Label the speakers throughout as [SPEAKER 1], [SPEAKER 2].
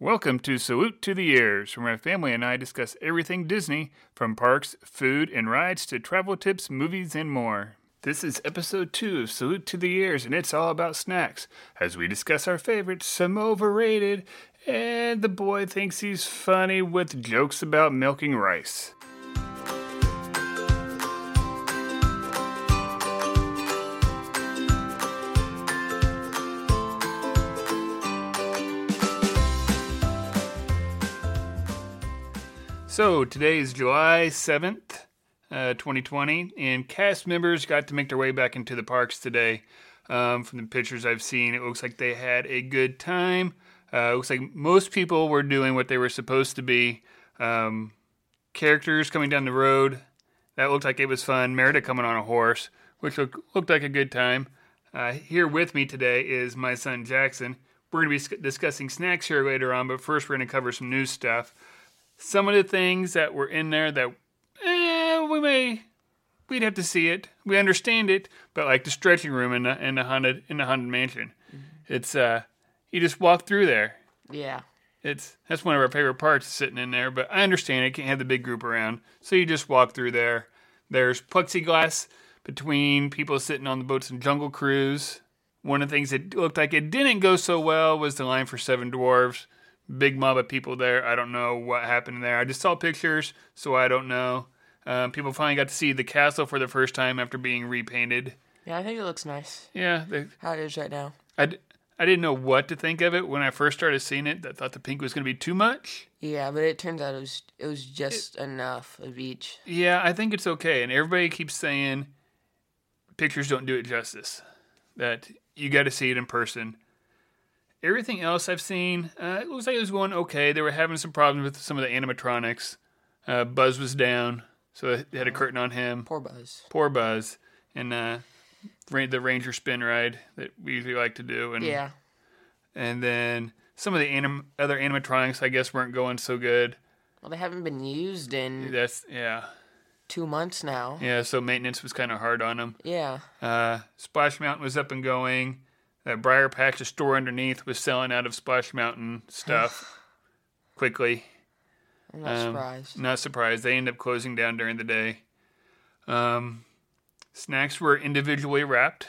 [SPEAKER 1] Welcome to Salute to the Ears, where my family and I discuss everything Disney, from parks, food, and rides to travel tips, movies, and more. This is episode two of Salute to the Ears, and it's all about snacks, as we discuss our favorites, some overrated, and the boy thinks he's funny with jokes about milking rice. So today is July 7th, uh, 2020, and cast members got to make their way back into the parks today. Um, from the pictures I've seen, it looks like they had a good time. Uh, it looks like most people were doing what they were supposed to be. Um, characters coming down the road, that looked like it was fun. Merida coming on a horse, which look, looked like a good time. Uh, here with me today is my son Jackson. We're going to be s- discussing snacks here later on, but first we're going to cover some news stuff some of the things that were in there that eh, we may we'd have to see it. We understand it, but like the stretching room in the in the haunted in the haunted mansion, it's uh you just walk through there.
[SPEAKER 2] Yeah.
[SPEAKER 1] It's that's one of our favorite parts sitting in there. But I understand it can't have the big group around, so you just walk through there. There's plexiglass between people sitting on the boats in Jungle Cruise. One of the things that looked like it didn't go so well was the line for Seven Dwarves. Big mob of people there. I don't know what happened there. I just saw pictures, so I don't know. Um, people finally got to see the castle for the first time after being repainted.
[SPEAKER 2] Yeah, I think it looks nice.
[SPEAKER 1] Yeah, they,
[SPEAKER 2] How it is right now.
[SPEAKER 1] I, d- I didn't know what to think of it when I first started seeing it. I thought the pink was going to be too much.
[SPEAKER 2] Yeah, but it turns out it was it was just enough of each.
[SPEAKER 1] Yeah, I think it's okay. And everybody keeps saying pictures don't do it justice. That you got to see it in person. Everything else I've seen, uh, it looks like it was going okay. They were having some problems with some of the animatronics. Uh, Buzz was down, so they had a curtain on him.
[SPEAKER 2] Poor Buzz.
[SPEAKER 1] Poor Buzz, and uh, ra- the Ranger spin ride that we usually like to do. And
[SPEAKER 2] Yeah.
[SPEAKER 1] and then some of the anim- other animatronics, I guess, weren't going so good.
[SPEAKER 2] Well, they haven't been used in
[SPEAKER 1] That's yeah,
[SPEAKER 2] two months now.
[SPEAKER 1] yeah. So maintenance was kind of hard on them.
[SPEAKER 2] Yeah.
[SPEAKER 1] Uh, Splash Mountain was up and going. That Briar Patch, the store underneath, was selling out of Splash Mountain stuff quickly.
[SPEAKER 2] I'm not
[SPEAKER 1] Um,
[SPEAKER 2] surprised.
[SPEAKER 1] Not surprised. They end up closing down during the day. Um, snacks were individually wrapped.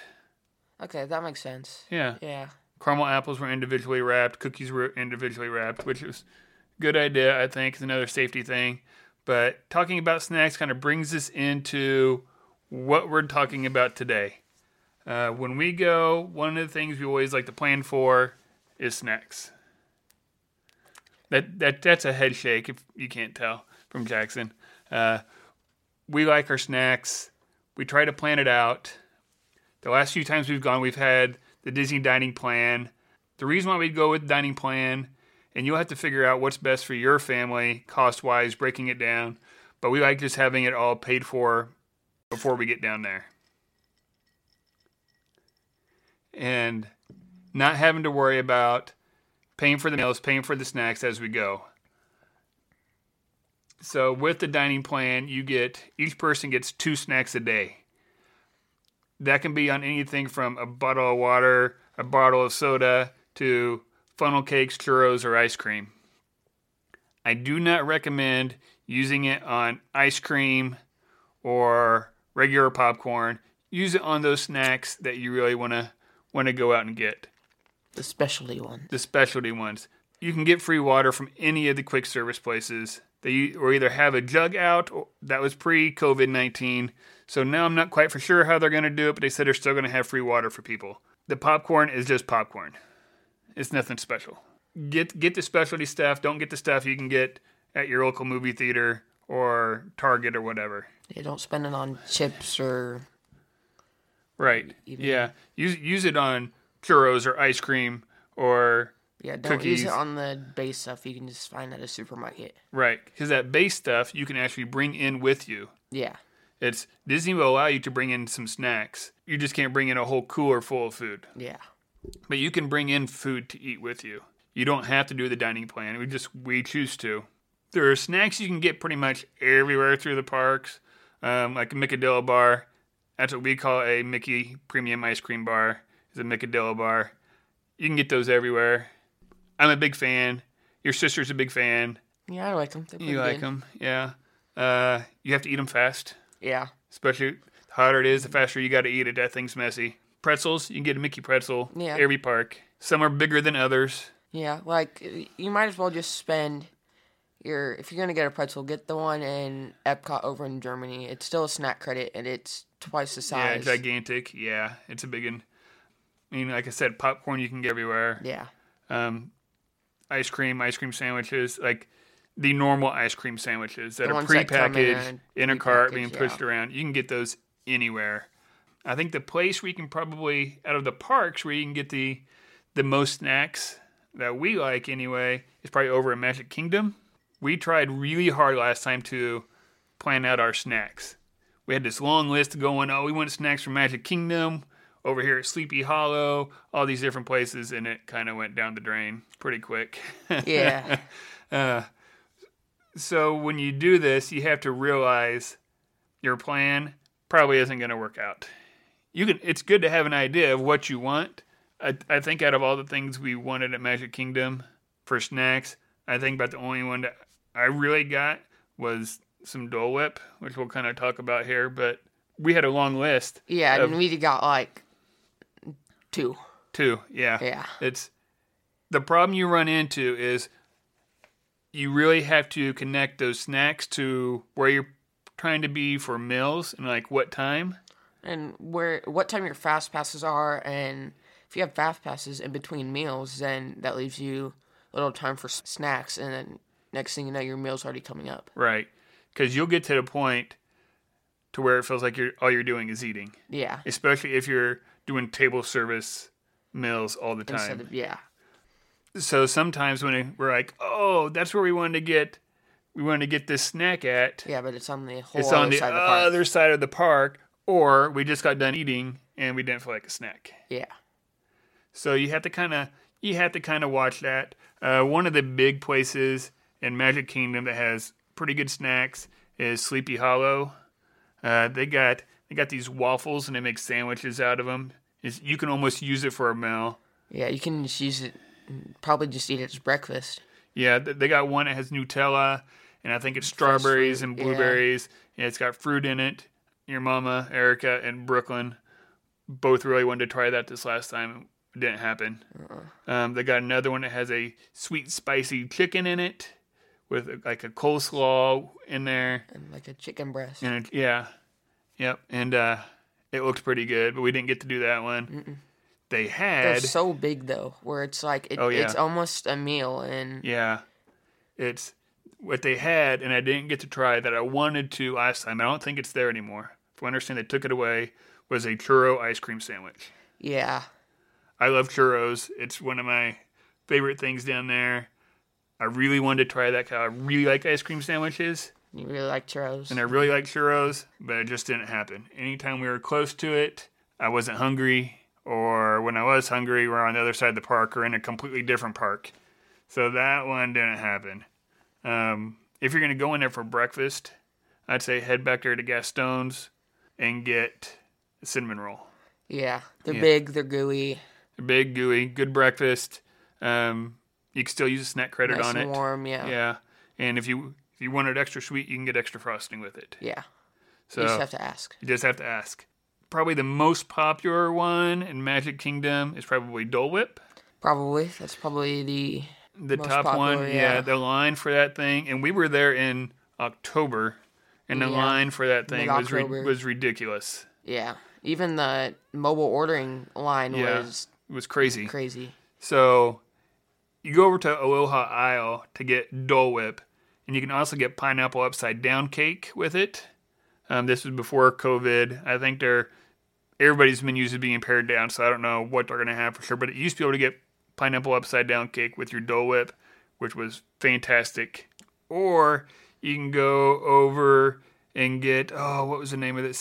[SPEAKER 2] Okay, that makes sense.
[SPEAKER 1] Yeah.
[SPEAKER 2] Yeah.
[SPEAKER 1] Caramel apples were individually wrapped. Cookies were individually wrapped, which was a good idea, I think. It's another safety thing. But talking about snacks kind of brings us into what we're talking about today. Uh, when we go, one of the things we always like to plan for is snacks. That that that's a head shake if you can't tell from Jackson. Uh, we like our snacks. We try to plan it out. The last few times we've gone, we've had the Disney dining plan. The reason why we go with dining plan, and you'll have to figure out what's best for your family, cost wise, breaking it down. But we like just having it all paid for before we get down there. And not having to worry about paying for the meals, paying for the snacks as we go. So with the dining plan, you get each person gets two snacks a day. That can be on anything from a bottle of water, a bottle of soda, to funnel cakes, churros, or ice cream. I do not recommend using it on ice cream or regular popcorn. Use it on those snacks that you really want to want to go out and get
[SPEAKER 2] The specialty one.
[SPEAKER 1] the specialty ones. You can get free water from any of the quick service places. They or either have a jug out or, that was pre COVID 19. So now I'm not quite for sure how they're going to do it, but they said they're still going to have free water for people. The popcorn is just popcorn. It's nothing special. Get get the specialty stuff. Don't get the stuff you can get at your local movie theater or Target or whatever.
[SPEAKER 2] Yeah, don't spend it on chips or
[SPEAKER 1] Right. Yeah. Use use it on churros or ice cream or
[SPEAKER 2] yeah, don't use
[SPEAKER 1] Cookies.
[SPEAKER 2] it on the base stuff you can just find at a supermarket.
[SPEAKER 1] Right, because that base stuff you can actually bring in with you.
[SPEAKER 2] Yeah.
[SPEAKER 1] It's Disney will allow you to bring in some snacks. You just can't bring in a whole cooler full of food,
[SPEAKER 2] Yeah.
[SPEAKER 1] but you can bring in food to eat with you. You don't have to do the dining plan. We just we choose to. There are snacks you can get pretty much everywhere through the parks, um, like a Micadillo bar. That's what we call a Mickey Premium Ice Cream Bar. Is a Micadillo bar. You can get those everywhere. I'm a big fan. Your sister's a big fan.
[SPEAKER 2] Yeah, I like them. They're
[SPEAKER 1] You like 'em, like them, yeah. Uh, you have to eat them fast,
[SPEAKER 2] Yeah.
[SPEAKER 1] especially the hotter it is, the faster you got to eat it. That thing's messy. Pretzels, you can get a Mickey pretzel.
[SPEAKER 2] Yeah.
[SPEAKER 1] Every park. Some are bigger than others.
[SPEAKER 2] Yeah, like y- you might as well just spend your if you're gonna get a pretzel, get the one in Epcot over in Germany. It's still a snack credit and it's twice the
[SPEAKER 1] Yeah,
[SPEAKER 2] size.
[SPEAKER 1] gigantic. Yeah, it's a big one. I mean, like I said, popcorn you can get everywhere.
[SPEAKER 2] yeah.
[SPEAKER 1] Um, ice cream, ice cream sandwiches, like the normal ice cream sandwiches that
[SPEAKER 2] The
[SPEAKER 1] are
[SPEAKER 2] ones that come in
[SPEAKER 1] prepackaged
[SPEAKER 2] a-
[SPEAKER 1] in a cart being
[SPEAKER 2] prepackaged,
[SPEAKER 1] pushed around. You can get those anywhere. I think the place we can probably out of the parks where you can get the the most snacks that we like anyway is probably over in Magic Kingdom. We tried really hard last time to plan out our snacks. We had this long list going, oh, we want snacks from Magic Kingdom, over here at Sleepy Hollow, all these different places, and it kind of went down the drain pretty quick.
[SPEAKER 2] Yeah.
[SPEAKER 1] Uh, so when you do this, you have to realize your plan probably isn't going to work out. You can. It's good to have an idea of what you want. I, I think out of all the things we wanted at Magic Kingdom for snacks, I think about the only one that I really got was some Dole Whip, which we'll kind of talk about here. But we had a long list.
[SPEAKER 2] yeah,
[SPEAKER 1] of-
[SPEAKER 2] and we got like two.
[SPEAKER 1] Two, yeah.
[SPEAKER 2] Yeah.
[SPEAKER 1] It's the problem you run into is you really have to connect those snacks to where you're trying to be for meals and like what time.
[SPEAKER 2] And where what time your fast passes are and if you have fast passes in between meals, then that leaves you little time for s- snacks and then next thing you know your meal's already coming up.
[SPEAKER 1] Right. Cuz you'll get to the point to where it feels like you're all you're doing is eating,
[SPEAKER 2] Yeah.
[SPEAKER 1] especially if you're doing table service meals all the time.
[SPEAKER 2] Instead of yeah.
[SPEAKER 1] so sometimes when we're like, "Oh, that's where we wanted to get we wanted to get this snack at."
[SPEAKER 2] Yeah, but it's on the whole
[SPEAKER 1] it's
[SPEAKER 2] other
[SPEAKER 1] on the,
[SPEAKER 2] side of the park.
[SPEAKER 1] other side of the park, or we just got done eating and we didn't feel like a snack.
[SPEAKER 2] Yeah.
[SPEAKER 1] So you have to kind of you have to kind of watch that. Uh, one of the big places in Magic Kingdom that has pretty good snacks is Sleepy Hollow. Uh, they got they got these waffles and they make sandwiches out of them. It's, you can almost use it for a meal.
[SPEAKER 2] Yeah, you can just use it. Probably just eat it as breakfast.
[SPEAKER 1] Yeah, th- they got one that has Nutella, and I think it's strawberries and
[SPEAKER 2] yeah.
[SPEAKER 1] blueberries, and it's got fruit in it. Your mama, Erica, and Brooklyn both really wanted to try that this last time. It didn't happen. Um, they got another one that has a sweet, spicy chicken in it with uh, like a coleslaw in there.
[SPEAKER 2] And like a chicken breast.
[SPEAKER 1] And it, yeah, yep. And uh, it looked pretty good, but we didn't get to do that one. They
[SPEAKER 2] They're
[SPEAKER 1] had,
[SPEAKER 2] so big though, where it's like it,
[SPEAKER 1] Oh, yeah.
[SPEAKER 2] it's almost a meal. And
[SPEAKER 1] Yeah. It's what they had, and I didn't get to try that I wanted to last time. I don't think it's there anymore. If I understand, they took it away. Was a churro ice cream sandwich.
[SPEAKER 2] yeah,
[SPEAKER 1] I love churros. It's one of my favorite things down there. I really wanted to try that. 'cause I really like ice cream sandwiches,
[SPEAKER 2] you really like churros.
[SPEAKER 1] and I really like churros, but it just didn't happen. Anytime we were close to it, I wasn't hungry, or when I was hungry, we're on the other side of the park or in a completely different park. So that one didn't happen. Um, if you're going to go in there for breakfast, I'd say head back there to Gaston's and get a cinnamon roll.
[SPEAKER 2] yeah, they're big. They're gooey.
[SPEAKER 1] They're big, gooey, good breakfast. Um, you can still use a snack credit
[SPEAKER 2] Nice
[SPEAKER 1] on it.
[SPEAKER 2] and warm. Yeah. yeah.
[SPEAKER 1] Yeah, and if you if you want it extra sweet, you can get extra frosting with it. So
[SPEAKER 2] You just have to ask.
[SPEAKER 1] you just have to ask. Probably the most popular one in Magic Kingdom is probably Dole Whip.
[SPEAKER 2] Probably that's probably the
[SPEAKER 1] the
[SPEAKER 2] Most
[SPEAKER 1] top
[SPEAKER 2] popular,
[SPEAKER 1] one. Yeah.
[SPEAKER 2] yeah.
[SPEAKER 1] the line for that thing, and we were there in October, and the
[SPEAKER 2] Yeah.
[SPEAKER 1] line for that thing was ri-
[SPEAKER 2] Mid-October.
[SPEAKER 1] was ridiculous.
[SPEAKER 2] yeah. Even the mobile ordering line
[SPEAKER 1] Yeah,
[SPEAKER 2] was
[SPEAKER 1] it was crazy.
[SPEAKER 2] crazy.
[SPEAKER 1] So you go over to Aloha Isle to get Dole Whip, and you can also get pineapple upside down cake with it. Um, this was before COVID. I think they're everybody's menus is being pared down, so I don't know what they're gonna have for sure. But you used to be able to get pineapple upside down cake with your Dole Whip, which was fantastic. Or you can go over and get oh, what was the name of it?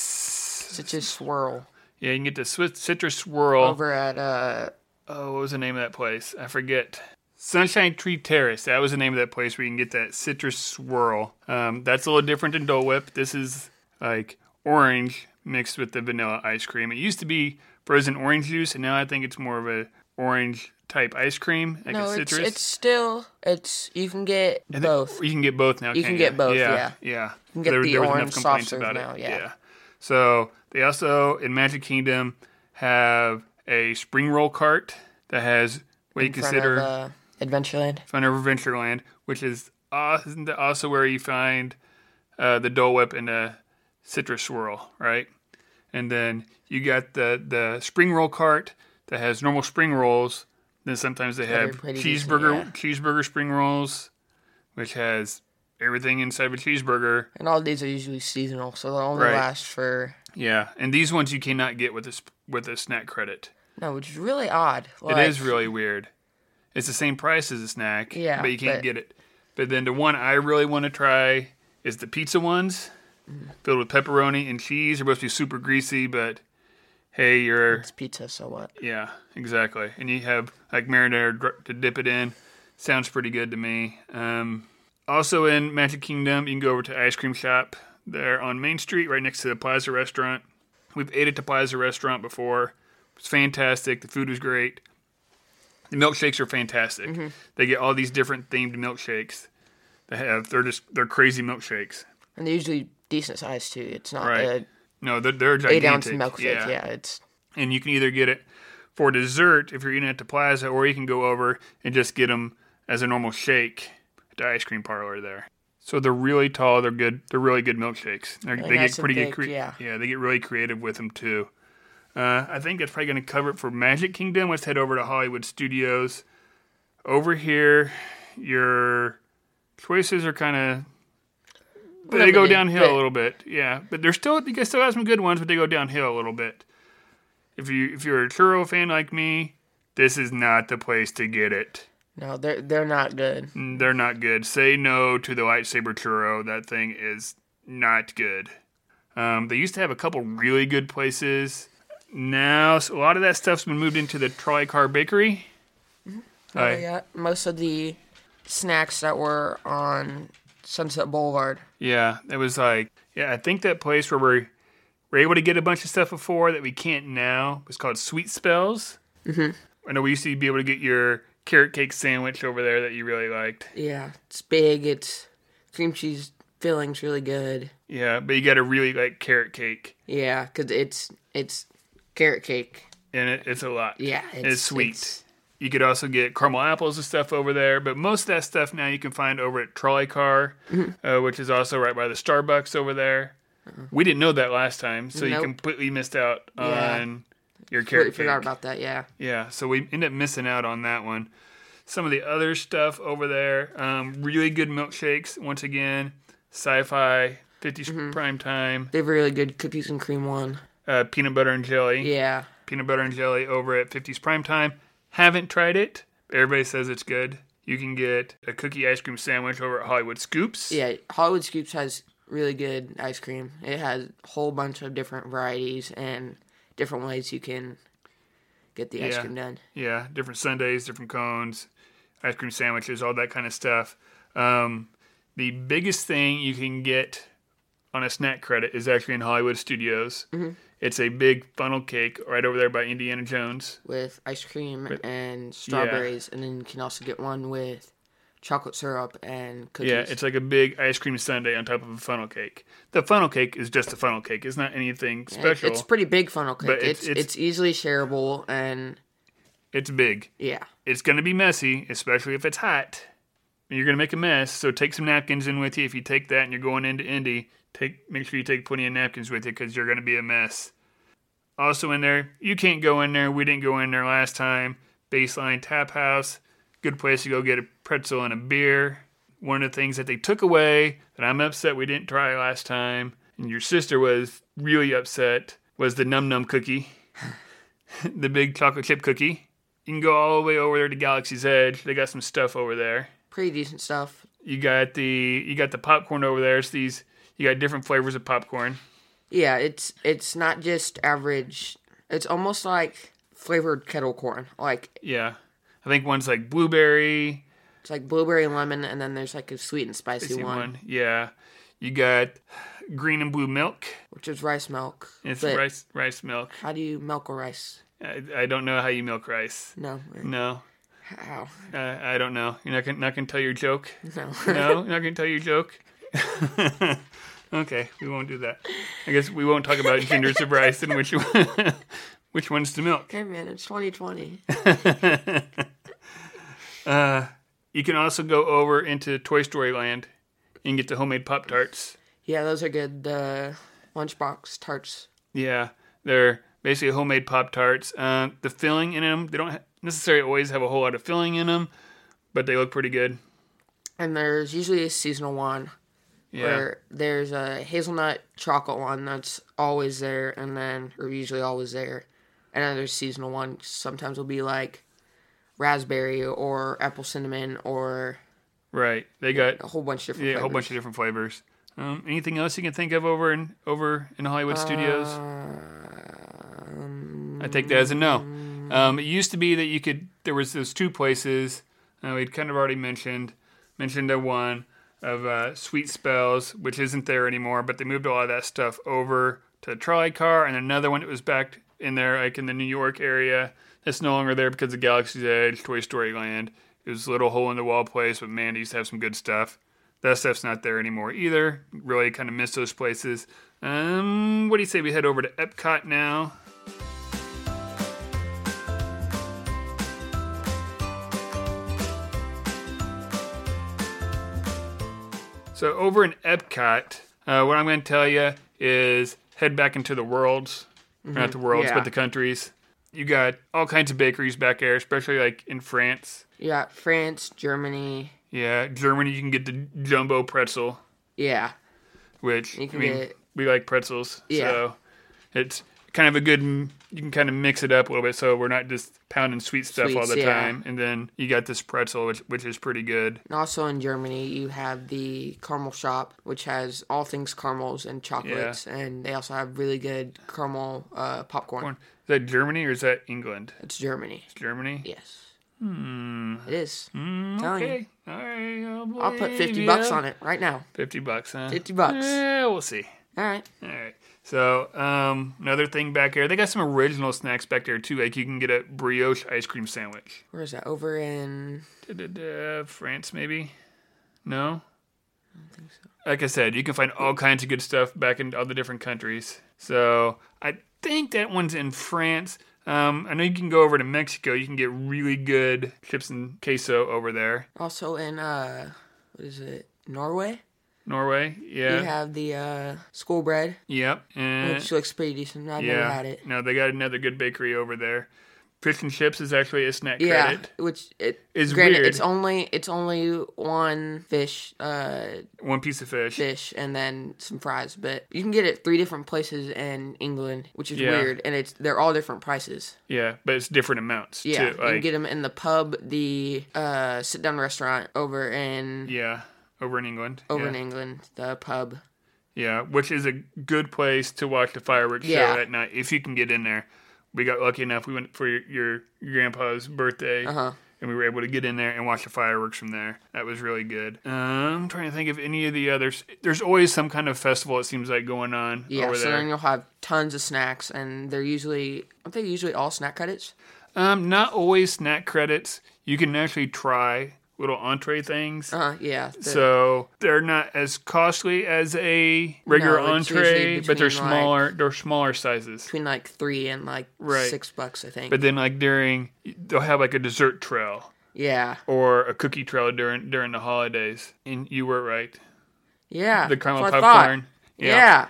[SPEAKER 1] Citrus.
[SPEAKER 2] Such a swirl
[SPEAKER 1] Yeah, you can get the Swiss citrus swirl
[SPEAKER 2] over at uh
[SPEAKER 1] oh, what was the name of that place? I forget. Sunshine Tree Terrace. That was the name of that place where you can get that citrus swirl. Um, that's a little different than Dole Whip. This is like orange mixed with the vanilla ice cream. It used to be frozen orange juice, and now I think it's more of a orange type ice cream, like
[SPEAKER 2] no,
[SPEAKER 1] a
[SPEAKER 2] it's,
[SPEAKER 1] citrus.
[SPEAKER 2] it's still it's you can get
[SPEAKER 1] I think
[SPEAKER 2] both.
[SPEAKER 1] You can get both now.
[SPEAKER 2] You
[SPEAKER 1] can't
[SPEAKER 2] can get both,
[SPEAKER 1] Yeah,
[SPEAKER 2] yeah.
[SPEAKER 1] yeah. You
[SPEAKER 2] can get the orange soft serve now, yeah.
[SPEAKER 1] So they also in Magic Kingdom have a spring roll cart that has what you
[SPEAKER 2] in front
[SPEAKER 1] consider
[SPEAKER 2] of, uh, Adventureland.
[SPEAKER 1] Fun Over Ventureland, which is uh, isn't that also where you find uh, the Dole Whip and the citrus swirl, right? And then you got the the spring roll cart that has normal spring rolls. Then sometimes they
[SPEAKER 2] are
[SPEAKER 1] have
[SPEAKER 2] pretty decent,
[SPEAKER 1] cheeseburger cheeseburger spring rolls, which has everything inside of a cheeseburger.
[SPEAKER 2] And all these are usually seasonal, so they'll only
[SPEAKER 1] Right.
[SPEAKER 2] last for
[SPEAKER 1] Yeah, and these ones you cannot get with a sp- with a snack credit.
[SPEAKER 2] no, which is really odd.
[SPEAKER 1] it
[SPEAKER 2] Like,
[SPEAKER 1] is really weird. It's the same price as a snack,
[SPEAKER 2] Yeah,
[SPEAKER 1] but you can't
[SPEAKER 2] but-
[SPEAKER 1] get it. But then the one I really want to try is the pizza ones,
[SPEAKER 2] Mm.
[SPEAKER 1] filled with pepperoni and cheese. They're supposed to be super greasy, but hey, you're
[SPEAKER 2] It's pizza, so what?
[SPEAKER 1] yeah, exactly. And you have like marinara dr- to dip it in. Sounds pretty good to me. Um, also in Magic Kingdom, you can go over to ice cream shop there on Main Street, right next to the Plaza Restaurant. We've ate at the Plaza Restaurant before. It's fantastic. The food was great. The milkshakes are fantastic.
[SPEAKER 2] Mm-hmm.
[SPEAKER 1] They get all these different themed milkshakes. They have they're just they're crazy milkshakes.
[SPEAKER 2] And they're usually decent size too. It's not
[SPEAKER 1] Right.
[SPEAKER 2] a
[SPEAKER 1] No, they're, they're gigantic.
[SPEAKER 2] eight ounce milkshake. Yeah. it's
[SPEAKER 1] and you can either get it for dessert if you're eating at the plaza, or you can go over and just get them as a normal shake at the ice cream parlor there. So they're really tall. They're good. They're really good milkshakes. They're, they
[SPEAKER 2] nice
[SPEAKER 1] get
[SPEAKER 2] and
[SPEAKER 1] pretty
[SPEAKER 2] big,
[SPEAKER 1] good. Cre-
[SPEAKER 2] yeah.
[SPEAKER 1] yeah, they get really creative with them too. Uh, I think that's probably going to cover it for Magic Kingdom. Let's head over to Hollywood Studios. Over here, your choices are kind of they go
[SPEAKER 2] Limited,
[SPEAKER 1] downhill
[SPEAKER 2] but-
[SPEAKER 1] a little bit. Yeah, but they're still you guys still have some good ones, but they go downhill a little bit. If you if you're a churro fan like me, this is not the place to get it.
[SPEAKER 2] no, they're they're not good.
[SPEAKER 1] Mm, They're not good. Say no to the lightsaber churro. That thing is not good. Um, they used to have a couple really good places. Now so a lot of that stuff's been moved into the Trolley Car Bakery.
[SPEAKER 2] Oh
[SPEAKER 1] Right.
[SPEAKER 2] yeah, most of the snacks that were on Sunset Boulevard.
[SPEAKER 1] Yeah, it was like yeah, I think that place where we were able to get a bunch of stuff before that we can't now was called Sweet Spells. Mm-hmm. I know we used to be able to get your carrot cake sandwich over there that you really liked.
[SPEAKER 2] Yeah, it's big. It's cream cheese filling's really good.
[SPEAKER 1] Yeah, but you got to really like carrot cake,
[SPEAKER 2] Yeah, cause it's it's carrot cake.
[SPEAKER 1] and it, it's a lot.
[SPEAKER 2] Yeah,
[SPEAKER 1] And
[SPEAKER 2] it's-
[SPEAKER 1] it's sweet.
[SPEAKER 2] it's-
[SPEAKER 1] you could also get caramel apples and stuff over there, but most of that stuff now you can find over at Trolley Car,
[SPEAKER 2] Mm-hmm.
[SPEAKER 1] uh, which is also right by the Starbucks over there. We didn't know that last time, so you
[SPEAKER 2] Uh-huh. Nope.
[SPEAKER 1] completely missed out
[SPEAKER 2] Yeah.
[SPEAKER 1] on your carrot
[SPEAKER 2] Really
[SPEAKER 1] cake.
[SPEAKER 2] forgot about that. Yeah,
[SPEAKER 1] Yeah, so we end up missing out on that one. Some of the other stuff over there, um, really good milkshakes. Once again, sci-fi, 50 prime time,
[SPEAKER 2] they have a really good cookies and cream one.
[SPEAKER 1] uh, peanut butter and jelly.
[SPEAKER 2] Yeah,
[SPEAKER 1] Peanut butter and jelly over at 50s prime time. Haven't tried it. Everybody says it's good. You can get a cookie ice cream sandwich over at Hollywood Scoops.
[SPEAKER 2] Yeah, Hollywood Scoops has really good ice cream. It has a whole bunch of different varieties and different ways you can get the ice
[SPEAKER 1] Yeah.
[SPEAKER 2] cream done.
[SPEAKER 1] Yeah, different sundaes, different cones, ice cream sandwiches, all that kind of stuff. Um, the biggest thing you can get on a snack credit is actually in Hollywood Studios. It's a big funnel cake right over there by Indiana Jones.
[SPEAKER 2] With ice cream and strawberries, and then you can also get one with chocolate syrup and cookies.
[SPEAKER 1] Yeah, it's like a big ice cream sundae on top of a funnel cake. The funnel cake is just a funnel cake. It's not anything
[SPEAKER 2] It-
[SPEAKER 1] special.
[SPEAKER 2] It's pretty big funnel cake.
[SPEAKER 1] But it's-
[SPEAKER 2] it's,
[SPEAKER 1] it's-
[SPEAKER 2] it's easily shareable and
[SPEAKER 1] it's big.
[SPEAKER 2] yeah,
[SPEAKER 1] It's going to be messy, especially if it's hot. You're going to make a mess, so take some napkins in with you. If you take that and you're going into Indy, take make sure you take plenty of napkins with you because you're going to be a mess. Also in there, you can't go in there. We didn't go in there last time. Baseline Tap House, good place to go get a pretzel and a beer. One of the things that they took away that I'm upset we didn't try last time, and your sister was really upset, was the Num Num cookie, the big chocolate chip cookie. You can go all the way over there to Galaxy's Edge. They got some stuff over there.
[SPEAKER 2] pretty decent stuff.
[SPEAKER 1] You got the you got the popcorn over there. It's these you got different flavors of popcorn.
[SPEAKER 2] Yeah, it's it's not just average. It's almost like flavored kettle corn. Like
[SPEAKER 1] Yeah. I think one's like blueberry,
[SPEAKER 2] It's like blueberry and lemon, and then there's like a sweet and spicy,
[SPEAKER 1] see
[SPEAKER 2] one,
[SPEAKER 1] one. Yeah. You got green and blue milk.
[SPEAKER 2] which is rice milk.
[SPEAKER 1] It's
[SPEAKER 2] But
[SPEAKER 1] rice rice milk.
[SPEAKER 2] How do you milk a rice?
[SPEAKER 1] I, I don't know how you milk rice.
[SPEAKER 2] No.
[SPEAKER 1] No,
[SPEAKER 2] How?
[SPEAKER 1] uh, I don't know. You're not gonna not gonna tell your joke.
[SPEAKER 2] No.
[SPEAKER 1] No, you're not gonna tell your joke. okay, we won't do that. I guess we won't talk about genders of rice and which one, which ones to milk.
[SPEAKER 2] Hey man, it's 2020.
[SPEAKER 1] Uh, you can also go over into Toy Story Land and get the homemade Pop Tarts.
[SPEAKER 2] Yeah, those are good. Uh, lunchbox tarts.
[SPEAKER 1] Yeah, they're basically homemade Pop Tarts. Uh, the filling in them, they don't ha- necessarily always have a whole lot of filling in them, but they look pretty good.
[SPEAKER 2] And there's usually a seasonal one
[SPEAKER 1] Yeah.
[SPEAKER 2] where there's a hazelnut chocolate one that's always there, and then or usually always there. And then there's seasonal one. Sometimes will be like raspberry or apple cinnamon or
[SPEAKER 1] right. They got
[SPEAKER 2] a whole bunch of different.
[SPEAKER 1] yeah, a whole bunch of different flavors. Um, anything else you can think of over in over in Hollywood Studios? I take that as a no. Um, it used to be that you could. There was those two places uh, we'd kind of already mentioned. Mentioned a one of uh, Sweet Spells, which isn't there anymore, but they moved a lot of that stuff over to the trolley car, and another one that was back in there, like in the New York area. That's no longer there because of Galaxy's Edge, Toy Story Land. It was a little hole in the wall place, but man, it used to have some good stuff. That stuff's not there anymore either. Really kind of miss those places. Um, what do you say we head over to Epcot now? So over in Epcot, uh, what I'm going to tell you is head back into the worlds, Or not the worlds,
[SPEAKER 2] Mm-hmm. Yeah.
[SPEAKER 1] but the countries. You got all kinds of bakeries back there, especially like in France.
[SPEAKER 2] Yeah, France, Germany.
[SPEAKER 1] Yeah, Germany, you can get the jumbo pretzel,
[SPEAKER 2] Yeah,
[SPEAKER 1] which
[SPEAKER 2] You can
[SPEAKER 1] I mean,
[SPEAKER 2] get-
[SPEAKER 1] we like pretzels,
[SPEAKER 2] Yeah.
[SPEAKER 1] so it's kind of a good. m- You can kind of mix it up a little bit, so we're not just pounding sweet stuff all
[SPEAKER 2] Sweets,
[SPEAKER 1] the
[SPEAKER 2] yeah.
[SPEAKER 1] time. And then you got this pretzel, which which is pretty good.
[SPEAKER 2] and also in Germany you have the caramel shop, which has all things caramels and chocolates, and they also have really good caramel uh, popcorn.
[SPEAKER 1] Is that Germany or is that England?
[SPEAKER 2] It's Germany.
[SPEAKER 1] Germany.
[SPEAKER 2] Yes. Hmm. It is. Telling you.
[SPEAKER 1] Mm, Okay. All right. I'll,
[SPEAKER 2] I'll put
[SPEAKER 1] believe
[SPEAKER 2] fifty
[SPEAKER 1] ya.
[SPEAKER 2] bucks on it right now.
[SPEAKER 1] 50 bucks, huh?
[SPEAKER 2] 50 bucks.
[SPEAKER 1] Yeah, we'll see.
[SPEAKER 2] All right.
[SPEAKER 1] All right. So, um, another thing back there, they got some original snacks back there too. Like you can get a brioche ice cream sandwich.
[SPEAKER 2] Where is that? Over in
[SPEAKER 1] Da-da-da, France, maybe? No? I don't think so. Like I said, you can find all kinds of good stuff back in all the different countries. So, I think that one's in France. Um, I know you can go over to Mexico. You can get really good chips and queso over there.
[SPEAKER 2] also in uh what is it? Norway.
[SPEAKER 1] Norway, yeah,
[SPEAKER 2] You have the uh school bread,
[SPEAKER 1] yep. And
[SPEAKER 2] which looks pretty decent. I've
[SPEAKER 1] Yeah.
[SPEAKER 2] never had it.
[SPEAKER 1] No, they got another good bakery over there. Fish and chips is actually a snack
[SPEAKER 2] Yeah,
[SPEAKER 1] credit.
[SPEAKER 2] which it
[SPEAKER 1] It's
[SPEAKER 2] is granted,
[SPEAKER 1] weird.
[SPEAKER 2] It's only it's only one fish, uh,
[SPEAKER 1] One piece of fish.
[SPEAKER 2] dish, and then some fries. But you can get it three different places in England, which is
[SPEAKER 1] Yeah.
[SPEAKER 2] weird, and it's they're all different prices.
[SPEAKER 1] Yeah, but it's different amounts
[SPEAKER 2] Yeah,
[SPEAKER 1] too.
[SPEAKER 2] you can
[SPEAKER 1] Like,
[SPEAKER 2] get them in the pub, the uh, sit down restaurant over in
[SPEAKER 1] yeah, over in England.
[SPEAKER 2] over
[SPEAKER 1] yeah.
[SPEAKER 2] in England, the pub.
[SPEAKER 1] Yeah, which is a good place to watch the fireworks
[SPEAKER 2] Yeah.
[SPEAKER 1] show at night if you can get in there. We got lucky enough. We went for your, your, your grandpa's birthday,
[SPEAKER 2] Uh-huh.
[SPEAKER 1] and we were able to get in there and watch the fireworks from there. That was really good. Um, I'm trying to think of any of the others. There's always some kind of festival. It seems like going on
[SPEAKER 2] Yeah,
[SPEAKER 1] over
[SPEAKER 2] so
[SPEAKER 1] there.
[SPEAKER 2] then you'll have tons of snacks, and they're usually aren't they usually all snack credits?
[SPEAKER 1] Um, not always snack credits. You can actually try little entree things.
[SPEAKER 2] Uh, yeah. the-
[SPEAKER 1] so they're not as costly as a regular
[SPEAKER 2] No, it's usually
[SPEAKER 1] entree, but they're
[SPEAKER 2] between, like-
[SPEAKER 1] smaller. they're smaller sizes.
[SPEAKER 2] between like three and like
[SPEAKER 1] Right.
[SPEAKER 2] six bucks, I think.
[SPEAKER 1] But then, like during, they'll have like a dessert trail
[SPEAKER 2] yeah,
[SPEAKER 1] or a cookie trail during during the holidays. And you were right.
[SPEAKER 2] yeah.
[SPEAKER 1] The caramel
[SPEAKER 2] that's what I thought.
[SPEAKER 1] popcorn.
[SPEAKER 2] Yeah.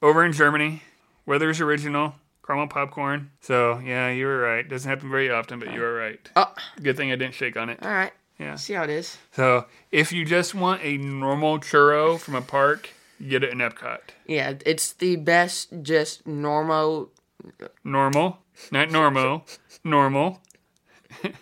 [SPEAKER 1] Over in Germany, weather's original. Caramel popcorn. So yeah, you were right. Doesn't happen very often, but you were right.
[SPEAKER 2] Oh,
[SPEAKER 1] Good thing I didn't shake on it.
[SPEAKER 2] all right.
[SPEAKER 1] Yeah.
[SPEAKER 2] See how it is.
[SPEAKER 1] So if you just want a normal churro from a park, you get it in Epcot.
[SPEAKER 2] Yeah, it's the best, just normal.
[SPEAKER 1] Normal, not normo, normal.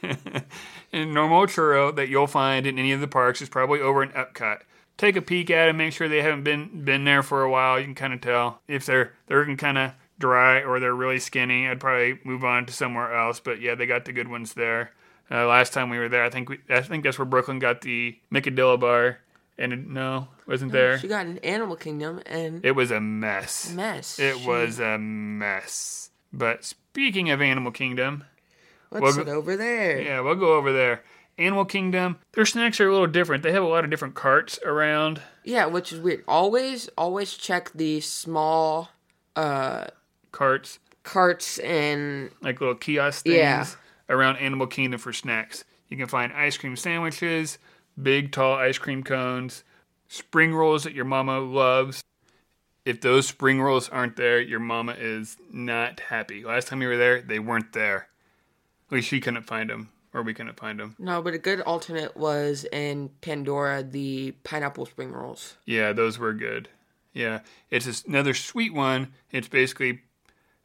[SPEAKER 1] and normal churro that you'll find in any of the parks is probably over in Epcot. Take a peek at it, make sure they haven't been been there for a while. You can kind of tell if they're they're kind of dry or they're really skinny. I'd probably move on to somewhere else, but yeah, they got the good ones there. Uh, last time we were there, I think we, I think that's where Brooklyn got the Micadilla bar, and it, no, wasn't there.
[SPEAKER 2] She got an Animal Kingdom and
[SPEAKER 1] It was a mess.
[SPEAKER 2] mess.
[SPEAKER 1] It
[SPEAKER 2] She-
[SPEAKER 1] was a mess. But Speaking of Animal Kingdom,
[SPEAKER 2] Let's
[SPEAKER 1] Well,
[SPEAKER 2] sit over there.
[SPEAKER 1] yeah, we'll go over there. Animal Kingdom, their snacks are a little different. They have a lot of different carts around.
[SPEAKER 2] Yeah, which is weird. Always, always check the small
[SPEAKER 1] Carts,
[SPEAKER 2] carts and
[SPEAKER 1] like little kiosk things
[SPEAKER 2] Yeah.
[SPEAKER 1] around Animal Kingdom for snacks. You can find ice cream sandwiches, big tall ice cream cones, spring rolls that your mama loves. If those spring rolls aren't there, your mama is not happy. Last time we were there, they weren't there. At least she couldn't find them, or we couldn't find them.
[SPEAKER 2] no, but a good alternate was in Pandora the pineapple spring rolls.
[SPEAKER 1] Yeah, those were good. Yeah, it's just another sweet one. It's basically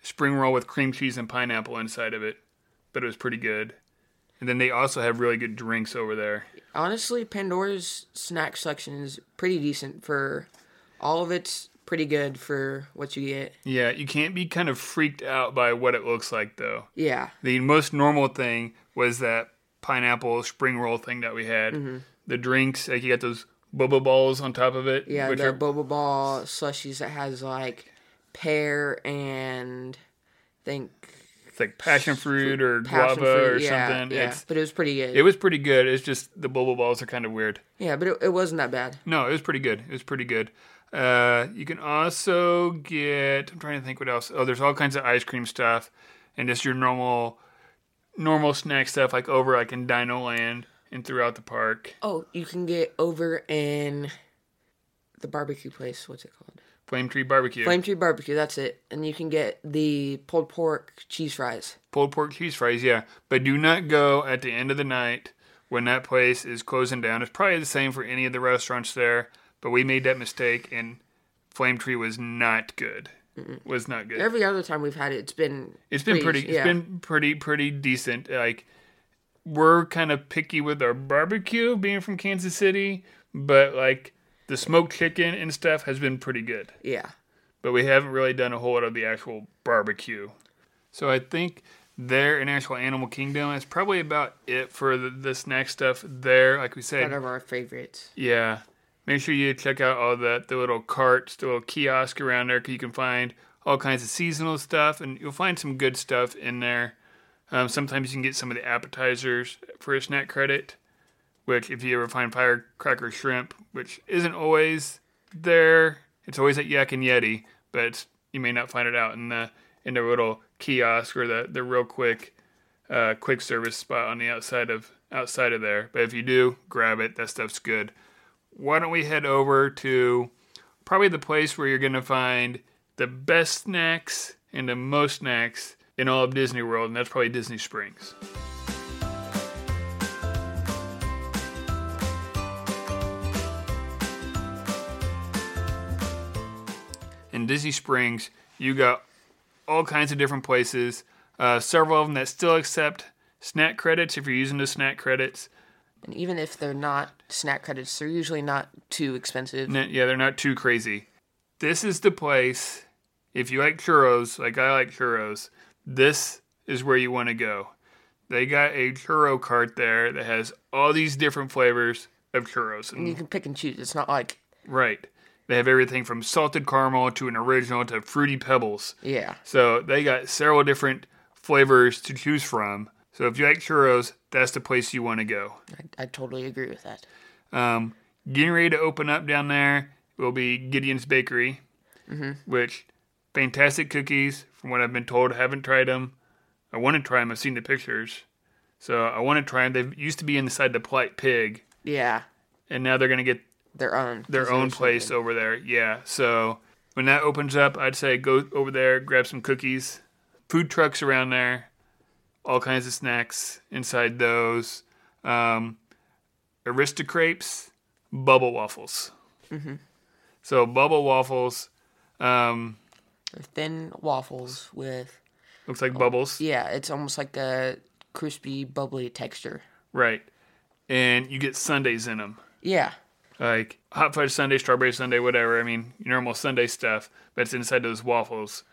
[SPEAKER 1] spring roll with cream cheese and pineapple inside of it, but it was pretty good. And then they also have really good drinks over there.
[SPEAKER 2] Honestly, Pandora's snack section is pretty decent for all of it's pretty good for what you get.
[SPEAKER 1] Yeah, you can't be kind of freaked out by what it looks like though.
[SPEAKER 2] Yeah,
[SPEAKER 1] The most normal thing was that pineapple spring roll thing that we had.
[SPEAKER 2] Mm-hmm.
[SPEAKER 1] The drinks, like you got those boba balls on top of it.
[SPEAKER 2] yeah,
[SPEAKER 1] which
[SPEAKER 2] the
[SPEAKER 1] are-
[SPEAKER 2] boba ball slushies that has like pear and I think
[SPEAKER 1] it's like passion fruit or
[SPEAKER 2] passion
[SPEAKER 1] guava
[SPEAKER 2] fruit.
[SPEAKER 1] or
[SPEAKER 2] yeah,
[SPEAKER 1] something.
[SPEAKER 2] yeah.
[SPEAKER 1] It's
[SPEAKER 2] but it was pretty good.
[SPEAKER 1] it was pretty good. It's just the boba balls are kind of weird.
[SPEAKER 2] yeah, but it, it wasn't that bad.
[SPEAKER 1] No, it was pretty good. It was pretty good. Uh, you can also get. I'm trying to think what else. Oh, there's all kinds of ice cream stuff, and just your normal, normal snack stuff like over like in Dino Land and throughout the park.
[SPEAKER 2] Oh, you can get over in the barbecue place. What's it called?
[SPEAKER 1] Flame Tree Barbecue,
[SPEAKER 2] Flame Tree Barbecue. That's it. And you can get the pulled pork cheese fries.
[SPEAKER 1] pulled pork cheese fries. Yeah, but do not go at the end of the night when that place is closing down. It's probably the same for any of the restaurants there, but we made that mistake, and Flame Tree was not good. Was not good.
[SPEAKER 2] Every other time we've had it, it's been
[SPEAKER 1] It's been pretty. It's
[SPEAKER 2] yeah.
[SPEAKER 1] been pretty pretty decent. Like we're kind of picky with our barbecue, being from Kansas City, but like the smoked chicken and stuff has been pretty good.
[SPEAKER 2] yeah.
[SPEAKER 1] But we haven't really done a whole lot of the actual barbecue. So I think there in actual Animal Kingdom, that's probably about it for the, the snack stuff there. Like we said,
[SPEAKER 2] One of our favorites.
[SPEAKER 1] yeah. Make sure you check out all the, the little carts, the little kiosk around there, 'cause you can find all kinds of seasonal stuff, and you'll find some good stuff in there. Um, sometimes you can get some of the appetizers for a snack credit, which if you ever find firecracker shrimp, which isn't always there, it's always at Yak and Yeti, but it's- you may not find it out in the in the little kiosk or the, the real quick uh, quick service spot on the outside of outside of there. But if you do, grab it. That stuff's good why don't we head over to probably the place where you're going to find the best snacks and the most snacks in all of Disney World, and that's probably Disney Springs. In Disney Springs, you got all kinds of different places, uh, several of them that still accept snack credits if you're using the snack credits.
[SPEAKER 2] And even if they're not snack credits, they're usually not too expensive.
[SPEAKER 1] No, yeah, they're not too crazy. This is the place. If you like churros, like I like churros, this is where you want to go. They got a churro cart there that has all these different flavors of churros. And-
[SPEAKER 2] You can pick and choose. It's not like
[SPEAKER 1] right. They have everything from salted caramel to an original to fruity pebbles.
[SPEAKER 2] yeah.
[SPEAKER 1] So they got several different flavors to choose from. So if you like churros, that's the place you want to go.
[SPEAKER 2] I, I totally agree with that.
[SPEAKER 1] Um, getting ready to open up down there will be Gideon's Bakery, which fantastic cookies. From what I've been told, haven't tried them. I want to try them. I've seen the pictures, so I want to try them. They used to be inside the Polite Pig,
[SPEAKER 2] Yeah,
[SPEAKER 1] and now they're gonna get
[SPEAKER 2] their own.
[SPEAKER 1] their own place over there. Yeah. So when that opens up, I'd say go over there, grab some cookies, food trucks around there, all kinds of snacks inside those. Um, Aristocrapes, bubble waffles.
[SPEAKER 2] Mm-hmm.
[SPEAKER 1] So bubble waffles um,
[SPEAKER 2] They're thin waffles with
[SPEAKER 1] looks like bubbles,
[SPEAKER 2] Oh, yeah. It's almost like a crispy, bubbly texture.
[SPEAKER 1] right? And you get Sundays in them.
[SPEAKER 2] Yeah,
[SPEAKER 1] like hot fudge sundae, strawberry sundae, whatever. I mean, your normal Sunday stuff, but it's inside those waffles.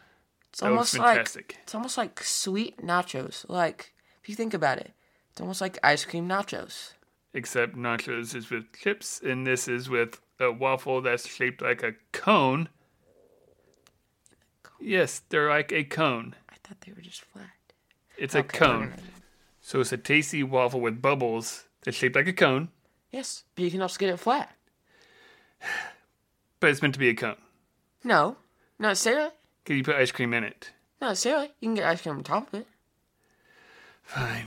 [SPEAKER 2] it's
[SPEAKER 1] That looks
[SPEAKER 2] almost like
[SPEAKER 1] fantastic.
[SPEAKER 2] it's almost like sweet nachos. Like if you think about it, it's almost like ice cream nachos.
[SPEAKER 1] Except nachos is with chips, and this is with a waffle that's shaped like a cone. Yes, they're like a cone.
[SPEAKER 2] I thought thought they were just flat.
[SPEAKER 1] It's a
[SPEAKER 2] Okay, we're
[SPEAKER 1] cone.
[SPEAKER 2] gonna-
[SPEAKER 1] So it's a tasty waffle with bubbles that's shaped like a cone,
[SPEAKER 2] Yes, but you can also get it flat.
[SPEAKER 1] but it's meant to be a cone.
[SPEAKER 2] No, not necessarily.
[SPEAKER 1] Because you put ice cream in it.
[SPEAKER 2] Not necessarily. You can get ice cream on top of it.
[SPEAKER 1] Fine.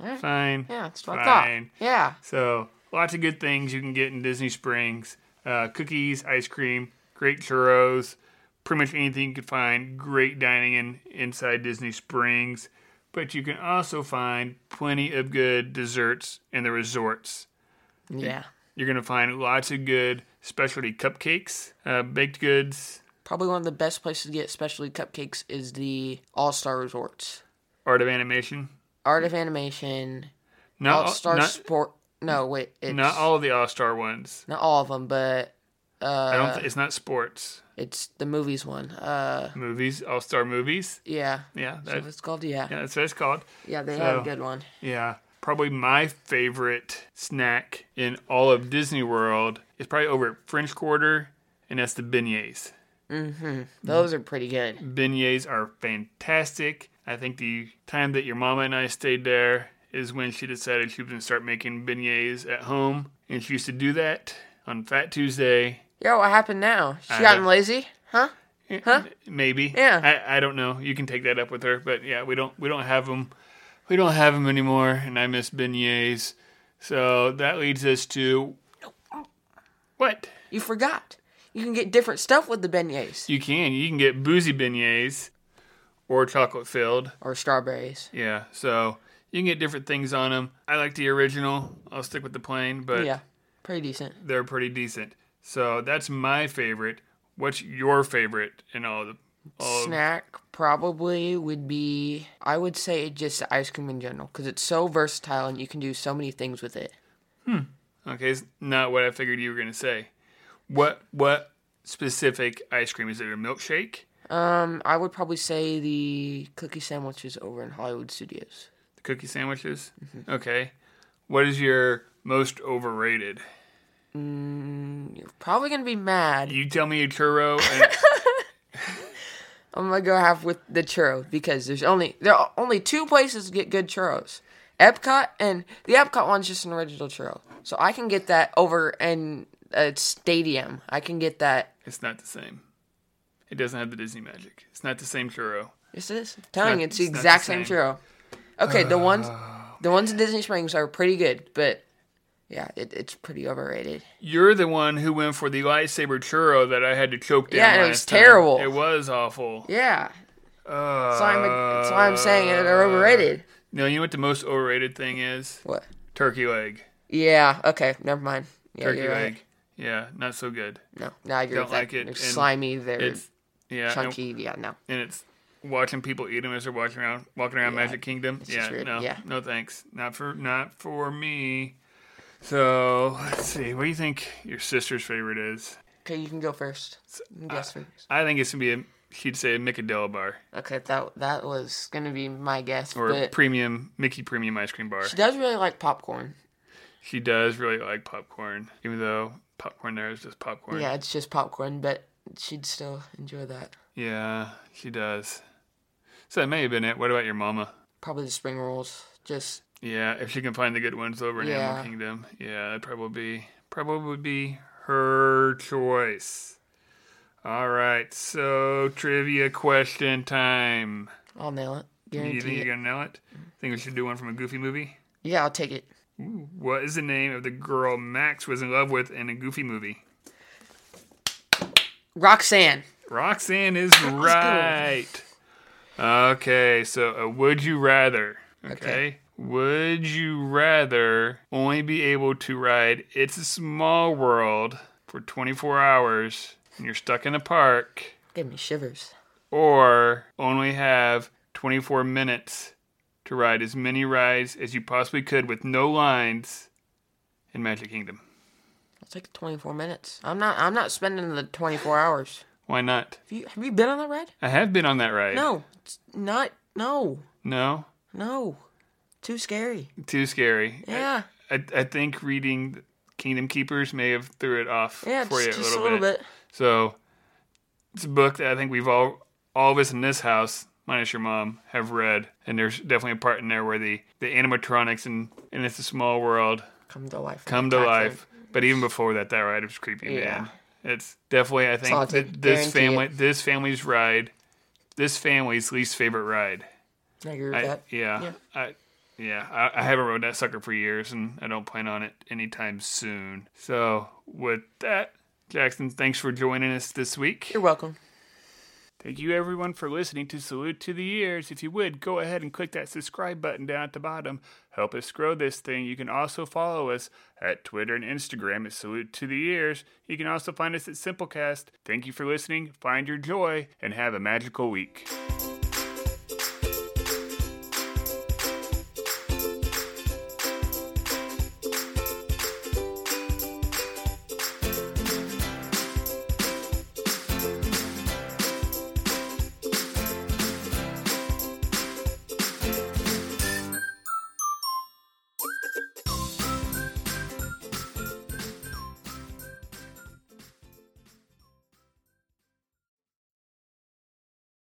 [SPEAKER 2] Alright.
[SPEAKER 1] Fine.
[SPEAKER 2] Yeah, it's fucked up.
[SPEAKER 1] Fine.
[SPEAKER 2] Yeah.
[SPEAKER 1] So lots of good things you can get in Disney Springs: uh, cookies, ice cream, great churros, pretty much anything you can find. Great dining in inside Disney Springs, but you can also find plenty of good desserts in the resorts.
[SPEAKER 2] Yeah.
[SPEAKER 1] You're gonna find lots of good specialty cupcakes, uh, baked goods,
[SPEAKER 2] Probably one of the best places to get specialty cupcakes is the All Star Resorts.
[SPEAKER 1] art of animation.
[SPEAKER 2] Art of Animation,
[SPEAKER 1] Not
[SPEAKER 2] All
[SPEAKER 1] all,
[SPEAKER 2] Star
[SPEAKER 1] not,
[SPEAKER 2] Sport. No, wait, it's
[SPEAKER 1] not all of the All Star ones.
[SPEAKER 2] not all of them, but
[SPEAKER 1] I
[SPEAKER 2] uh,
[SPEAKER 1] don't. th- it's not sports
[SPEAKER 2] it's the movies one. Uh,
[SPEAKER 1] movies. All Star movies.
[SPEAKER 2] yeah,
[SPEAKER 1] Yeah,
[SPEAKER 2] so
[SPEAKER 1] that,
[SPEAKER 2] it's called yeah. yeah.
[SPEAKER 1] yeah, that's what it's called.
[SPEAKER 2] they had
[SPEAKER 1] So-
[SPEAKER 2] a good one.
[SPEAKER 1] Yeah. Probably my favorite snack in all of Disney World is probably over at French Quarter, and that's the beignets.
[SPEAKER 2] Those are
[SPEAKER 1] Mm.
[SPEAKER 2] pretty good.
[SPEAKER 1] Beignets are fantastic. I think the time that your mama and I stayed there is when she decided she was going to start making beignets at home. And she used to do that on Fat Tuesday.
[SPEAKER 2] Yo, what happened now? She
[SPEAKER 1] I
[SPEAKER 2] gotten
[SPEAKER 1] don't-
[SPEAKER 2] lazy, huh?
[SPEAKER 1] Huh? Maybe.
[SPEAKER 2] Yeah.
[SPEAKER 1] I, I don't know. You can take that up with her, but yeah, we don't we don't have them. We don't have them anymore, and I miss beignets. So that leads us to what
[SPEAKER 2] You forgot. You can get different stuff with the beignets
[SPEAKER 1] you can you can get boozy beignets or chocolate filled.
[SPEAKER 2] or strawberries.
[SPEAKER 1] Yeah. So you can get different things on them. I like the original. I'll stick with the plain, but
[SPEAKER 2] Yeah, pretty decent.
[SPEAKER 1] they're pretty decent. So that's my favorite. What's your favorite in all the all of-
[SPEAKER 2] Snack probably would be I would say just ice cream in general because it's so versatile and you can do so many things with it.
[SPEAKER 1] Okay, it's not what I figured you were gonna say. What what specific ice cream is it? A milkshake?
[SPEAKER 2] Um, I would probably say the cookie sandwiches over in Hollywood Studios.
[SPEAKER 1] The cookie sandwiches?
[SPEAKER 2] Mm-hmm.
[SPEAKER 1] Okay. What is your most overrated?
[SPEAKER 2] You're probably gonna be mad.
[SPEAKER 1] You tell me a churro. And,
[SPEAKER 2] I'm gonna go have with the churro because there's only there are only two places to get good churros. Epcot and the Epcot one's just an original churro, so I can get that over in a stadium. I can get that.
[SPEAKER 1] it's not the same. It doesn't have the Disney magic. It's not the same churro.
[SPEAKER 2] This is I'm telling you, it's the
[SPEAKER 1] it's not the
[SPEAKER 2] exact same.
[SPEAKER 1] same. Uh,
[SPEAKER 2] churro. Okay, the ones the ones in Disney Springs are pretty good, but yeah, it, it's pretty overrated.
[SPEAKER 1] You're the one who went for the lightsaber churro that I had to choke down.
[SPEAKER 2] Yeah, and it was
[SPEAKER 1] last time.
[SPEAKER 2] terrible.
[SPEAKER 1] It was awful.
[SPEAKER 2] Yeah,
[SPEAKER 1] Uh,
[SPEAKER 2] that's why I'm, that's why I'm saying it, they're overrated.
[SPEAKER 1] No, you know what the most overrated thing is?
[SPEAKER 2] What?
[SPEAKER 1] Turkey leg.
[SPEAKER 2] Yeah. Okay. Never mind. Yeah,
[SPEAKER 1] Turkey
[SPEAKER 2] you're right.
[SPEAKER 1] leg. Yeah, not so good.
[SPEAKER 2] No, no, I agree
[SPEAKER 1] Don't
[SPEAKER 2] with that.
[SPEAKER 1] like it,
[SPEAKER 2] They're
[SPEAKER 1] and
[SPEAKER 2] slimy. They're
[SPEAKER 1] It's yeah, and-
[SPEAKER 2] chunky. yeah, no.
[SPEAKER 1] And, it's watching people eat them as they're watching around, walking around
[SPEAKER 2] Yeah,
[SPEAKER 1] Magic Kingdom.
[SPEAKER 2] just
[SPEAKER 1] Yeah,
[SPEAKER 2] weird,
[SPEAKER 1] no,
[SPEAKER 2] yeah.
[SPEAKER 1] no, thanks, not for not for me. So let's see, what do you think your sister's favorite is?
[SPEAKER 2] Okay, you can go first. You can
[SPEAKER 1] uh,
[SPEAKER 2] guess first.
[SPEAKER 1] I think it's gonna be a she'd say a Mickadell bar
[SPEAKER 2] Okay, that that was gonna be my guess,
[SPEAKER 1] or a
[SPEAKER 2] but
[SPEAKER 1] premium Mickey premium ice cream bar.
[SPEAKER 2] she does really like popcorn.
[SPEAKER 1] She does really like popcorn, even though popcorn there is just popcorn.
[SPEAKER 2] Yeah, it's just popcorn, but she'd still enjoy that.
[SPEAKER 1] Yeah, she does. So that may have been it. What about your mama?
[SPEAKER 2] Probably the spring rolls. Just
[SPEAKER 1] Yeah, if she can find the good ones over in
[SPEAKER 2] Yeah.
[SPEAKER 1] Animal Kingdom, yeah, that'd probably be probably be her choice. All right, so trivia question time.
[SPEAKER 2] I'll nail it.
[SPEAKER 1] you
[SPEAKER 2] Guarantee
[SPEAKER 1] think
[SPEAKER 2] it.
[SPEAKER 1] you're gonna know it? Think we should do one from a Goofy movie?
[SPEAKER 2] Yeah, I'll take it.
[SPEAKER 1] Ooh, what is the name of the girl Max was in love with in a Goofy movie?
[SPEAKER 2] Roxanne.
[SPEAKER 1] Roxanne is right. Okay, so a would you rather? Okay. Would you rather only be able to ride It's a Small World for 24 hours and you're stuck in a park
[SPEAKER 2] Give me shivers.
[SPEAKER 1] or only have 24 minutes to ride as many rides as you possibly could with no lines in Magic Kingdom?
[SPEAKER 2] I'll take 24 minutes. I'm not. I'm not spending the 24 hours.
[SPEAKER 1] Why not?
[SPEAKER 2] Have you, have you been on that ride?
[SPEAKER 1] I have been on that ride.
[SPEAKER 2] No, it's not. No,
[SPEAKER 1] No?
[SPEAKER 2] no. Too scary.
[SPEAKER 1] Too scary.
[SPEAKER 2] Yeah.
[SPEAKER 1] I, I think reading Kingdom Keepers may have threw it off
[SPEAKER 2] Yeah,
[SPEAKER 1] for
[SPEAKER 2] just,
[SPEAKER 1] you a
[SPEAKER 2] just
[SPEAKER 1] little, bit. So it's a book that I think we've all all of us in this house minus your mom, have read, and there's definitely a part in there where the the animatronics and and it's a small world
[SPEAKER 2] Come to life.
[SPEAKER 1] come to
[SPEAKER 2] Attack
[SPEAKER 1] life. But even before that, that ride was creepy,
[SPEAKER 2] Yeah.
[SPEAKER 1] man. It's definitely I think
[SPEAKER 2] Salty.
[SPEAKER 1] that this
[SPEAKER 2] Guarantee
[SPEAKER 1] family this family's ride, this family's least favorite ride.
[SPEAKER 2] them. I agree with
[SPEAKER 1] I,
[SPEAKER 2] that.
[SPEAKER 1] yeah,
[SPEAKER 2] Yeah.
[SPEAKER 1] I yeah, I, I haven't rode that sucker for years, and I don't plan on it anytime soon. So with that, Jackson, thanks for joining us this week.
[SPEAKER 2] You're welcome.
[SPEAKER 1] Thank you everyone for listening to Salute to the Ears. If you would, go ahead and click that subscribe button down at the bottom. Help us grow this thing. You can also follow us at Twitter and Instagram at Salute to the Ears. You can also find us at Simplecast. Thank you for listening. Find your joy and have a magical week.